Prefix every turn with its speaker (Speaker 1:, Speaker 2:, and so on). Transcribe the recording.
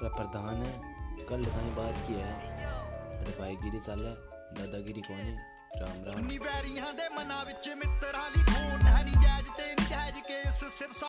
Speaker 1: अरे प्रधान है कल कहीं बात की है अरे भाईगिरी चाल है दादागिरी कौन है राम राम
Speaker 2: ਨੀ ਵੈਰੀਆਂ ਦੇ ਮਨਾਂ ਵਿੱਚ ਮਿੱਤਰਾਂ